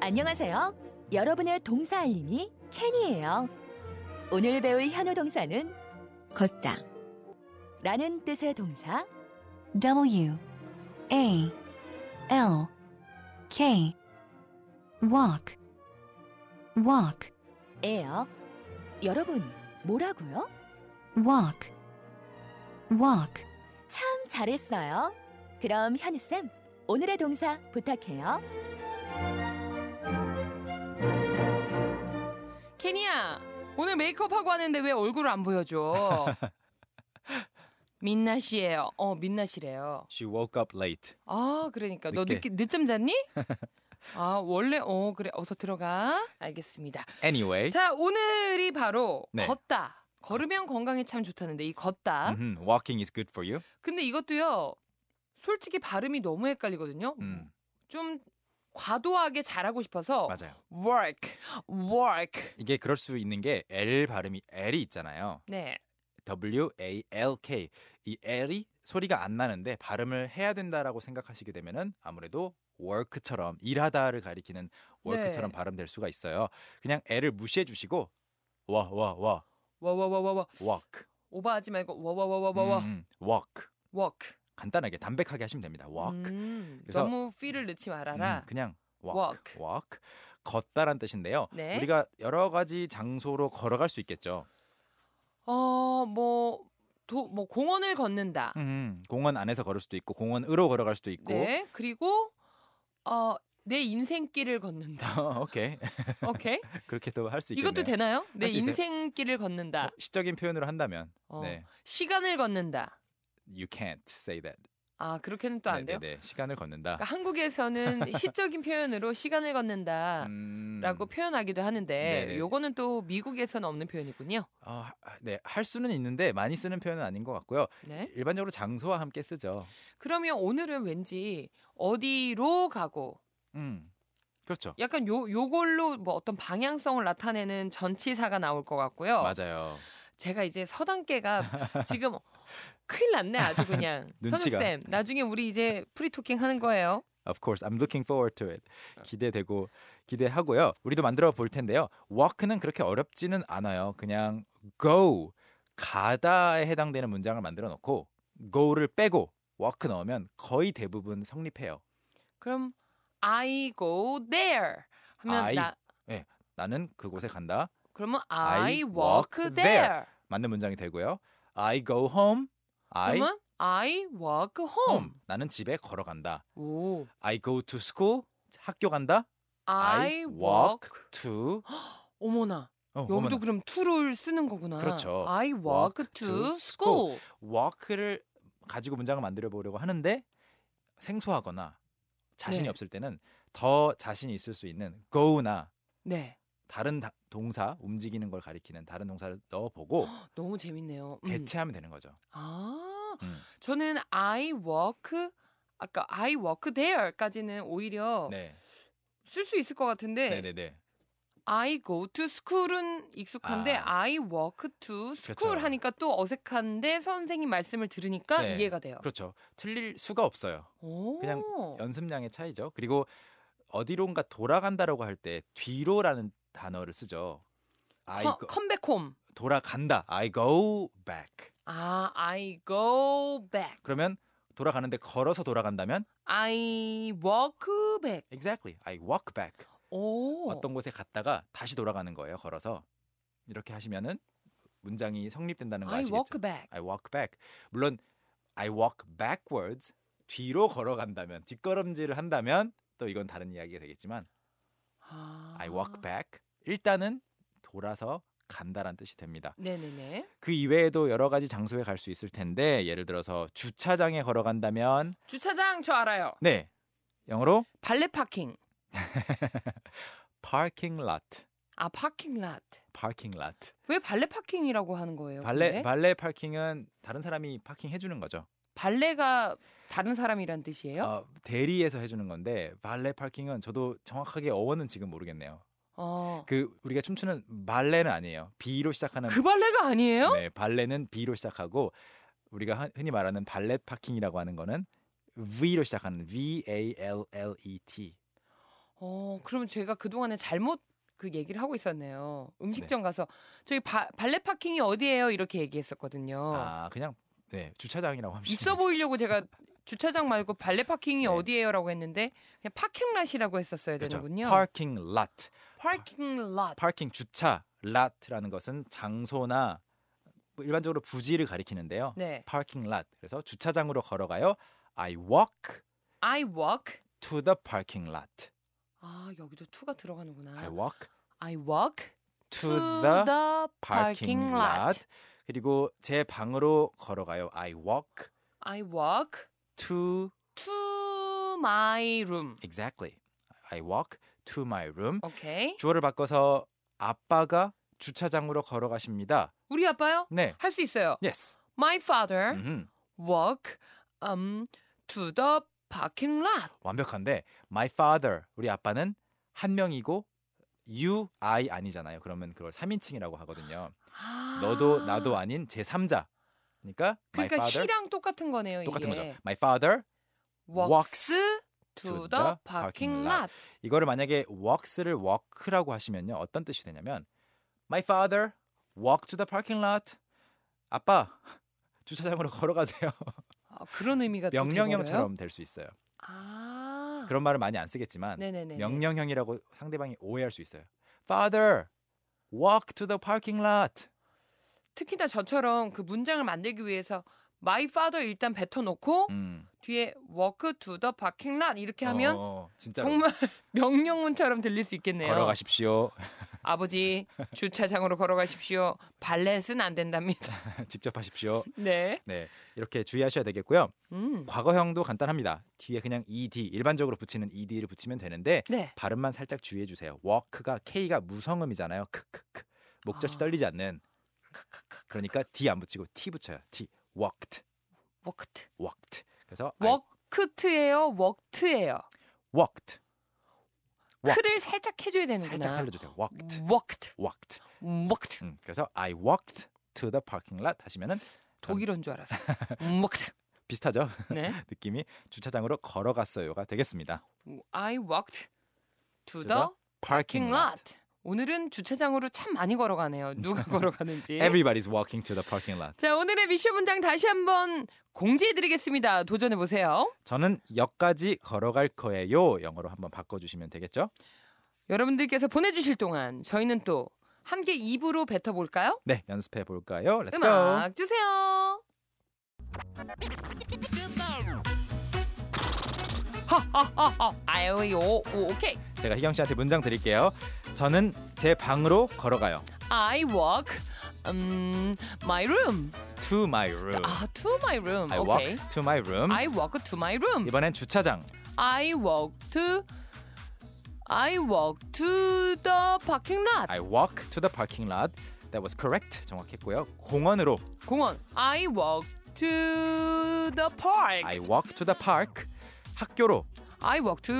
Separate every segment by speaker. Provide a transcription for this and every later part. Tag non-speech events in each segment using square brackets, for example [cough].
Speaker 1: 안녕하세요. 여러분의 동사 알림이 캔이에요. 오늘 배울 현우 동사는
Speaker 2: 걷다
Speaker 1: 라는 뜻의 동사
Speaker 2: W A L K walk walk
Speaker 1: 에요. 여러분, 뭐라고요?
Speaker 2: walk walk
Speaker 1: 참 잘했어요. 그럼 현우쌤, 오늘의 동사 부탁해요.
Speaker 3: 케니야 오늘 메이크업하고 하는데 왜 얼굴을 안 보여줘 [laughs] 민낯이에요 어 민낯이래요
Speaker 4: She woke up late.
Speaker 3: 아 그러니까 너
Speaker 4: 늦게.
Speaker 3: 늦게, 늦잠 잤니? [laughs] 아 원래 어 그래 어서 들어가 알겠습니다
Speaker 4: Anyway,
Speaker 3: 자 오늘이 바로
Speaker 4: 네.
Speaker 3: 걷다 걸으면 건강에 참 좋다는데 이 걷다
Speaker 4: mhm, walking is good for you.
Speaker 3: 근데 이것도요 솔직히 발음이 너무 헷갈리거든요
Speaker 4: 음,
Speaker 3: 좀 과도하게 잘하고 싶어서
Speaker 4: 맞아요.
Speaker 3: work work
Speaker 4: 이게 그럴 수 있는 게 L 발음이 L이 있잖아요.
Speaker 3: 네
Speaker 4: W A L K. 이 L이 소리가 안 나는데 발음을 해야 된다라고 생각하시게 되면은 아무래도 work처럼 일하다를 가리키는 work처럼
Speaker 3: 네.
Speaker 4: 발음될 수가 있어요. 그냥 L을 무시해 주시고 와 와 와
Speaker 3: 와와와와와
Speaker 4: walk.
Speaker 3: 오버하지 말고 와와와와와와
Speaker 4: 음, 음, walk.
Speaker 3: walk.
Speaker 4: 간단하게 담백하게 하시면 됩니다. walk.
Speaker 3: 음,
Speaker 4: 그래서-
Speaker 3: 너무 feel을 넣지 말아라.
Speaker 4: 음, 그냥 walk,
Speaker 3: walk.
Speaker 4: walk. 걷다란 뜻인데요.
Speaker 3: 네.
Speaker 4: 우리가 여러 가지 장소로 걸어갈 수 있겠죠.
Speaker 3: 어, 뭐, 도, 뭐 공원을 걷는다.
Speaker 4: 음, 공원 안에서 걸을 수도 있고 공원으로 걸어갈 수도 있고.
Speaker 3: 네. 그리고 어, 내 인생길을 걷는다.
Speaker 4: [laughs] 어, [laughs] 오케이.
Speaker 3: 오케이.
Speaker 4: 그렇게도 할 수 있겠네요.
Speaker 3: 이것도 되나요? 내
Speaker 4: 수 있어요.
Speaker 3: 인생길을 걷는다.
Speaker 4: 어, 시적인 표현으로 한다면
Speaker 3: 어,
Speaker 4: 네.
Speaker 3: 시간을 걷는다.
Speaker 4: You can't say that.
Speaker 3: 아, 그렇게는 또 안 돼요.
Speaker 4: 네, 네, 네. 시간을 걷는다.
Speaker 3: 그러니까
Speaker 4: [laughs]
Speaker 3: 한국에서는 시적인 표현으로 시간을 걷는다.
Speaker 4: 음,
Speaker 3: 라고 표현하기도 하는데
Speaker 4: 네네.
Speaker 3: 요거는 또 미국에서는 없는 표현이군요.
Speaker 4: 어, 하- 네, 할 수는 있는데 많이 쓰는 표현은 아닌 것 같고요.
Speaker 3: 네.
Speaker 4: 일반적으로 장소와 함께 쓰죠.
Speaker 3: 그러면 오늘은 왠지 어디로 가고
Speaker 4: 음, 그렇죠.
Speaker 3: 약간 요 요걸로 뭐 어떤 방향성을 나타내는 전치사가 나올 것 같고요.
Speaker 4: 맞아요.
Speaker 3: 제가 이제 서당계가
Speaker 4: [laughs]
Speaker 3: 지금 큰일 났네 아주 그냥
Speaker 4: 눈치가.
Speaker 3: 현우쌤 나중에 우리 이제 프리토킹 하는 거예요.
Speaker 4: Of course, I'm looking forward to it.
Speaker 3: 어.
Speaker 4: 기대되고 기대하고요. 우리도 만들어 볼 텐데요. Walk는 그렇게 어렵지는 않아요. 그냥 go 가다에 해당되는 문장을 만들어 놓고 go를 빼고 walk 넣으면 거의 대부분 성립해요.
Speaker 3: 그럼 I go there 하면
Speaker 4: I-
Speaker 3: 나
Speaker 4: 나는 그곳에 간다.
Speaker 3: 그러면 I,
Speaker 4: I
Speaker 3: walk,
Speaker 4: walk
Speaker 3: there.
Speaker 4: there. 맞는 문장이 되고요. I go home. I
Speaker 3: 그러면 I walk home.
Speaker 4: home. 나는 집에 걸어간다.
Speaker 3: 오
Speaker 4: I go to school. 학교 간다.
Speaker 3: I,
Speaker 4: I
Speaker 3: walk.
Speaker 4: to
Speaker 3: 어머나
Speaker 4: 어,
Speaker 3: 여기도
Speaker 4: 어머나.
Speaker 3: 그럼 to를 쓰는 거구나.
Speaker 4: 그렇죠.
Speaker 3: I walk,
Speaker 4: walk
Speaker 3: to,
Speaker 4: to
Speaker 3: school.
Speaker 4: 워크를 가지고 문장을 만들어 보려고 하는데 생소하거나 자신이
Speaker 3: 네.
Speaker 4: 없을 때는 더 자신이 있을 수 있는 go나
Speaker 3: 네.
Speaker 4: 다른 다- 동사 움직이는 걸 가리키는 다른 동사를 넣어보고
Speaker 3: 너무 재밌네요. 음.
Speaker 4: 대체하면 되는 거죠.
Speaker 3: 아,
Speaker 4: 음.
Speaker 3: 저는 I walk 아까 I walk there까지는 오히려
Speaker 4: 네,
Speaker 3: 쓸 수 있을 것 같은데
Speaker 4: 네, 네, 네.
Speaker 3: I go to school은 익숙한데
Speaker 4: 아.
Speaker 3: I walk to school
Speaker 4: 그렇죠.
Speaker 3: 하니까 또 어색한데 선생님 말씀을 들으니까
Speaker 4: 네.
Speaker 3: 이해가 돼요.
Speaker 4: 그렇죠. 틀릴 수가 없어요.
Speaker 3: 오.
Speaker 4: 그냥
Speaker 3: 어.
Speaker 4: 연습량의 차이죠. 그리고 어디론가 돌아간다라고 할 때 뒤로라는 단어를 쓰죠. I
Speaker 3: 커-
Speaker 4: go,
Speaker 3: 컴백홈.
Speaker 4: 돌아간다. I go back.
Speaker 3: 아, I go back.
Speaker 4: 그러면 돌아가는데 걸어서 돌아간다면
Speaker 3: I walk back.
Speaker 4: Exactly. I walk back.
Speaker 3: 오.
Speaker 4: 어떤 곳에 갔다가 다시 돌아가는 거예요. 걸어서 이렇게 하시면은 문장이 성립된다는 거
Speaker 3: I
Speaker 4: 아시겠죠?
Speaker 3: walk back.
Speaker 4: I walk back. 물론 I walk backwards 뒤로 걸어간다면 뒷걸음질을 한다면 또 이건 다른 이야기가 되겠지만
Speaker 3: 아.
Speaker 4: I walk back 일단은 돌아서 간다란 뜻이 됩니다.
Speaker 3: 네네네.
Speaker 4: 그 이외에도 여러 가지 장소에 갈 수 있을 텐데 예를 들어서 주차장에 걸어간다면
Speaker 3: 주차장 저 알아요.
Speaker 4: 네 영어로
Speaker 3: 발레 파킹.
Speaker 4: parking lot,
Speaker 3: 아 파킹 랏.
Speaker 4: parking lot.
Speaker 3: 왜 발레 파킹이라고 하는 거예요?
Speaker 4: 발레
Speaker 3: 근데?
Speaker 4: 발레 파킹은 다른 사람이 파킹 해주는 거죠.
Speaker 3: 발레가 다른 사람이란 뜻이에요?
Speaker 4: 어, 대리에서 해주는 건데 발레 파킹은 저도 정확하게 어원은 지금 모르겠네요.
Speaker 3: 어.
Speaker 4: 그 우리가 춤추는 발레는 아니에요. B로 시작하는
Speaker 3: 그 발레가 아니에요?
Speaker 4: 네, 발레는 B로 시작하고 우리가 흔- 흔히 말하는 발레 파킹이라고 하는 거는 V로 시작하는 V A L L E T
Speaker 3: 어, 그러면 제가 그동안에 잘못 그 얘기를 하고 있었네요. 음식점 가서 저기 바- 발레 파킹이 어디예요? 이렇게 얘기했었거든요.
Speaker 4: 아 그냥 네 주차장이라고 하면
Speaker 3: 어. 있어 보이려고 제가 주차장 말고 발레 파킹이
Speaker 4: 네.
Speaker 3: 어디예요라고 했는데 그냥 파킹랏이라고 했었어야 되는군요.
Speaker 4: 파킹 lot,
Speaker 3: 파킹 랏.
Speaker 4: 파킹 주차 lot라는 것은 장소나 뭐 일반적으로 부지를 가리키는데요.
Speaker 3: 네.
Speaker 4: 파킹 lot 그래서 주차장으로 걸어가요. I walk
Speaker 3: I walk.
Speaker 4: to the parking lot.
Speaker 3: 아, 여기도 투가 들어가는구나.
Speaker 4: I walk
Speaker 3: I walk
Speaker 4: to, the,
Speaker 3: parking
Speaker 4: parking lot.
Speaker 3: lot.
Speaker 4: 그리고 제 방으로 걸어가요. I walk
Speaker 3: I walk
Speaker 4: to
Speaker 3: to my room.
Speaker 4: exactly. I walk to my room.
Speaker 3: 오케이.
Speaker 4: 주어를 바꿔서 아빠가 주차장으로 걸어가십니다.
Speaker 3: 우리 아빠요?
Speaker 4: 네.
Speaker 3: 할 수 있어요.
Speaker 4: Yes.
Speaker 3: My father
Speaker 4: 음흠.
Speaker 3: walk um to the parking lot.
Speaker 4: 완벽한데 my father 우리 아빠는 한 명이고 you I 아니잖아요. 그러면 그걸 3인칭이라고 하거든요.
Speaker 3: 아.
Speaker 4: 너도 나도 아닌 제3자. 그러니까 my
Speaker 3: 그러니까
Speaker 4: father
Speaker 3: 시랑 똑같은 거네요,
Speaker 4: 똑같은
Speaker 3: 이게.
Speaker 4: 거죠. My father
Speaker 3: walks
Speaker 4: to
Speaker 3: to
Speaker 4: the
Speaker 3: the
Speaker 4: parking
Speaker 3: parking lot.
Speaker 4: 이거를 만약에 walks를 walk라고 하시면요. 어떤 뜻이 되냐면 my father walk to the parking lot. 아빠 [laughs] 주차장으로 걸어가세요.
Speaker 3: 아, 그런 의미가 또 돼버려요?
Speaker 4: 명령형처럼 될 수 있어요.
Speaker 3: 아.
Speaker 4: 그런 말을 많이 안 쓰겠지만
Speaker 3: 네네네.
Speaker 4: 명령형이라고 상대방이 오해할 수 있어요. Father, walk to the parking lot.
Speaker 3: 특히나 저처럼 그 문장을 만들기 위해서 my father 일단 뱉어 놓고
Speaker 4: 음.
Speaker 3: 뒤에 walk to the parking lot 이렇게 하면
Speaker 4: 어, 진짜로
Speaker 3: 정말 [laughs] 명령문처럼 들릴 수 있겠네요.
Speaker 4: 걸어가십시오. [laughs]
Speaker 3: 아버지 주차장으로 걸어가십시오. 발렛은 안
Speaker 4: [laughs]
Speaker 3: 된답니다.
Speaker 4: 직접 하십시오.
Speaker 3: 네.
Speaker 4: 네, 이렇게 주의하셔야 되겠고요.
Speaker 3: 음.
Speaker 4: 과거형도 간단합니다. 뒤에 그냥 ed 일반적으로 붙이는 ed를 붙이면 되는데
Speaker 3: 네.
Speaker 4: 발음만 살짝 주의해 주세요. walk가 k가 무성음이잖아요. 크크크 목젖이
Speaker 3: 아.
Speaker 4: 떨리지 않는. 그러니까 d 안 붙이고 t 붙여요. t walked,
Speaker 3: 워크트.
Speaker 4: walked. 그래서 I
Speaker 3: 워크트예요. 워크트예요.
Speaker 4: walked. Walk.
Speaker 3: 크를 살짝 해줘야 되는구나. 음.
Speaker 4: 살짝 살려주세요. walked,
Speaker 3: 워크트.
Speaker 4: walked.
Speaker 3: 워크트.
Speaker 4: 음, 그래서 I walked to the parking lot 하시면은
Speaker 3: 독일어인 줄
Speaker 4: [laughs]
Speaker 3: 알았어. 워크트.
Speaker 4: 비슷하죠 [laughs]
Speaker 3: 네.
Speaker 4: 느낌이 주차장으로 걸어갔어요가 되겠습니다.
Speaker 3: I walked to
Speaker 4: To
Speaker 3: the
Speaker 4: the
Speaker 3: parking
Speaker 4: parking
Speaker 3: lot. 오늘은 주차장으로 참 많이 걸어가네요. 누가
Speaker 4: [laughs]
Speaker 3: 걸어가는지.
Speaker 4: Everybody's walking to the parking lot.
Speaker 3: 자, 오늘의 미션 문장 다시 한번 공지해드리겠습니다. 도전해보세요.
Speaker 4: 저는 역까지 걸어갈 거예요. 영어로 한번 바꿔주시면 되겠죠?
Speaker 3: 여러분들께서 보내주실 동안 저희는 또 함께 입으로 뱉어볼까요?
Speaker 4: 네, 연습해 볼까요? Let's go.
Speaker 3: 음악 주세요. 허허허허 아유 요 오, 오케이
Speaker 4: 제가 희경 씨한테 문장 드릴게요. 저는 제 방으로 걸어가요.
Speaker 3: I walk um, my room
Speaker 4: To my room.
Speaker 3: 아 to my room
Speaker 4: 네. I
Speaker 3: 오케이
Speaker 4: walk to my room.
Speaker 3: I walk to my room
Speaker 4: 이번엔 주차장.
Speaker 3: I walk to I walk to the parking lot
Speaker 4: I walk to the parking lot. That was correct. 정확했고요. 공원으로
Speaker 3: 공원 I walk to the park
Speaker 4: I walk to the park. 학교로
Speaker 3: I walk to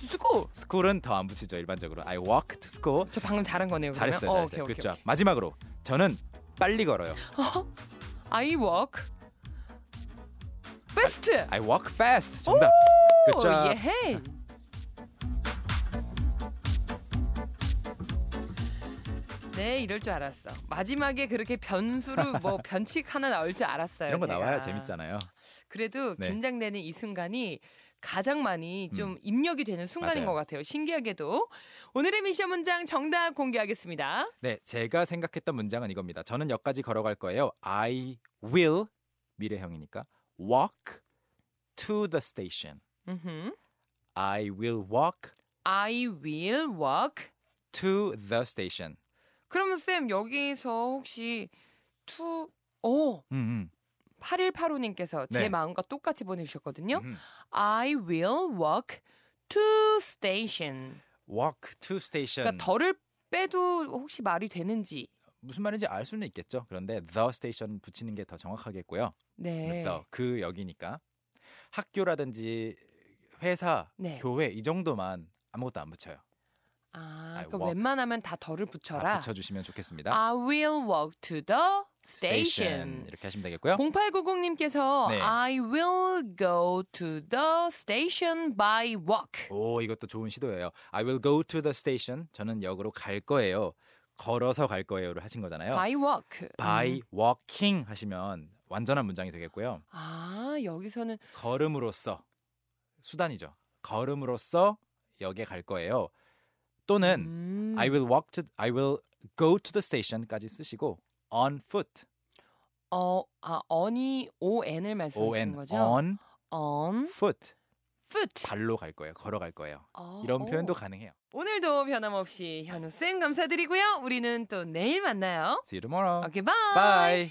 Speaker 3: school
Speaker 4: 스쿨은 더 안 붙이죠 일반적으로 I walk to school
Speaker 3: 저 방금 잘한 거네요. 그러면?
Speaker 4: 잘했어요
Speaker 3: 어,
Speaker 4: 잘했어요
Speaker 3: 오케이, 오케이,
Speaker 4: 그쵸
Speaker 3: 오케이.
Speaker 4: 마지막으로 저는 빨리 걸어요
Speaker 3: I walk fast.
Speaker 4: I walk fast 정답 그쵸
Speaker 3: 오, 예. 네, 이럴 줄 알았어. 마지막에 그렇게 변수로
Speaker 4: [laughs]
Speaker 3: 뭐 변칙 하나 나올 줄 알았어요.
Speaker 4: 이런 거
Speaker 3: 제가.
Speaker 4: 나와야 재밌잖아요
Speaker 3: 그래도
Speaker 4: 네. 음.
Speaker 3: 긴장되는 이 순간이 가장 많이 좀 입력이 되는 순간인
Speaker 4: 맞아요.
Speaker 3: 것 같아요. 신기하게도 오늘의 미션 문장 정답 공개하겠습니다.
Speaker 4: 네 제가 생각했던 문장은 이겁니다 저는 역까지 걸어갈 거예요 I will 미래형이니까 walk to the station
Speaker 3: 음흠.
Speaker 4: I will walk
Speaker 3: I will walk
Speaker 4: to the station
Speaker 3: 그러면 쌤 여기서 혹시 투 오,
Speaker 4: 음,
Speaker 3: 8185님께서 제
Speaker 4: 네.
Speaker 3: 마음과 똑같이 보내주셨거든요.
Speaker 4: 음.
Speaker 3: I will walk to station.
Speaker 4: walk to station
Speaker 3: 그러니까 덜을 빼도 혹시 말이 되는지.
Speaker 4: 무슨 말인지 알 수는 있겠죠 그런데 the station 붙이는 게 더 정확하겠고요
Speaker 3: 네.
Speaker 4: 그래서 그 역이니까 학교라든지 회사,
Speaker 3: 네.
Speaker 4: 교회 이 정도만 아무것도 안 붙여요.
Speaker 3: 아,
Speaker 4: I
Speaker 3: 그러니까
Speaker 4: walk.
Speaker 3: 웬만하면 다 덜을
Speaker 4: 다
Speaker 3: 붙여라.
Speaker 4: 붙여주시면 좋겠습니다.
Speaker 3: I will walk to the station.
Speaker 4: 이렇게 하시면 되겠고요.
Speaker 3: 0890님께서
Speaker 4: 네.
Speaker 3: I will go to the station by walk.
Speaker 4: 오 이것도 좋은 시도예요. I will go to the station. 저는 역으로 갈 거예요. 걸어서 갈 거예요를 하신 거잖아요.
Speaker 3: by walk.
Speaker 4: 네.
Speaker 3: 음.
Speaker 4: by walking 하시면 완전한 문장이 되겠고요.
Speaker 3: 아, 여기서는
Speaker 4: 걸음으로써 수단이죠. 걸음으로써 역에 갈 거예요. 또는
Speaker 3: 음,
Speaker 4: I will walk to I will go to the station까지 쓰시고 on foot.
Speaker 3: 어, 아, on이 on을
Speaker 4: O
Speaker 3: 말씀하시는
Speaker 4: N
Speaker 3: 거죠? 음.
Speaker 4: on
Speaker 3: on
Speaker 4: foot.
Speaker 3: foot.
Speaker 4: 발로 갈 거예요. 걸어갈 거예요.
Speaker 3: 어,
Speaker 4: 이런
Speaker 3: 어.
Speaker 4: 표현도 가능해요.
Speaker 3: 오늘도 변함없이 현우 쌤 감사드리고요. 우리는 또 내일 만나요.
Speaker 4: See you tomorrow.
Speaker 3: 오케이, 바이.
Speaker 4: 어. Bye.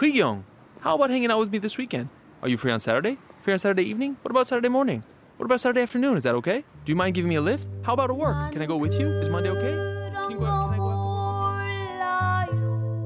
Speaker 5: Young, how about hanging out with me this weekend? Are you free on Saturday? Free on Saturday evening? What about Saturday morning? What about Saturday afternoon? Is that okay? Do you mind giving me a lift? How about at work? Can I go with you? Is Monday okay? Can you go out? Can I go out?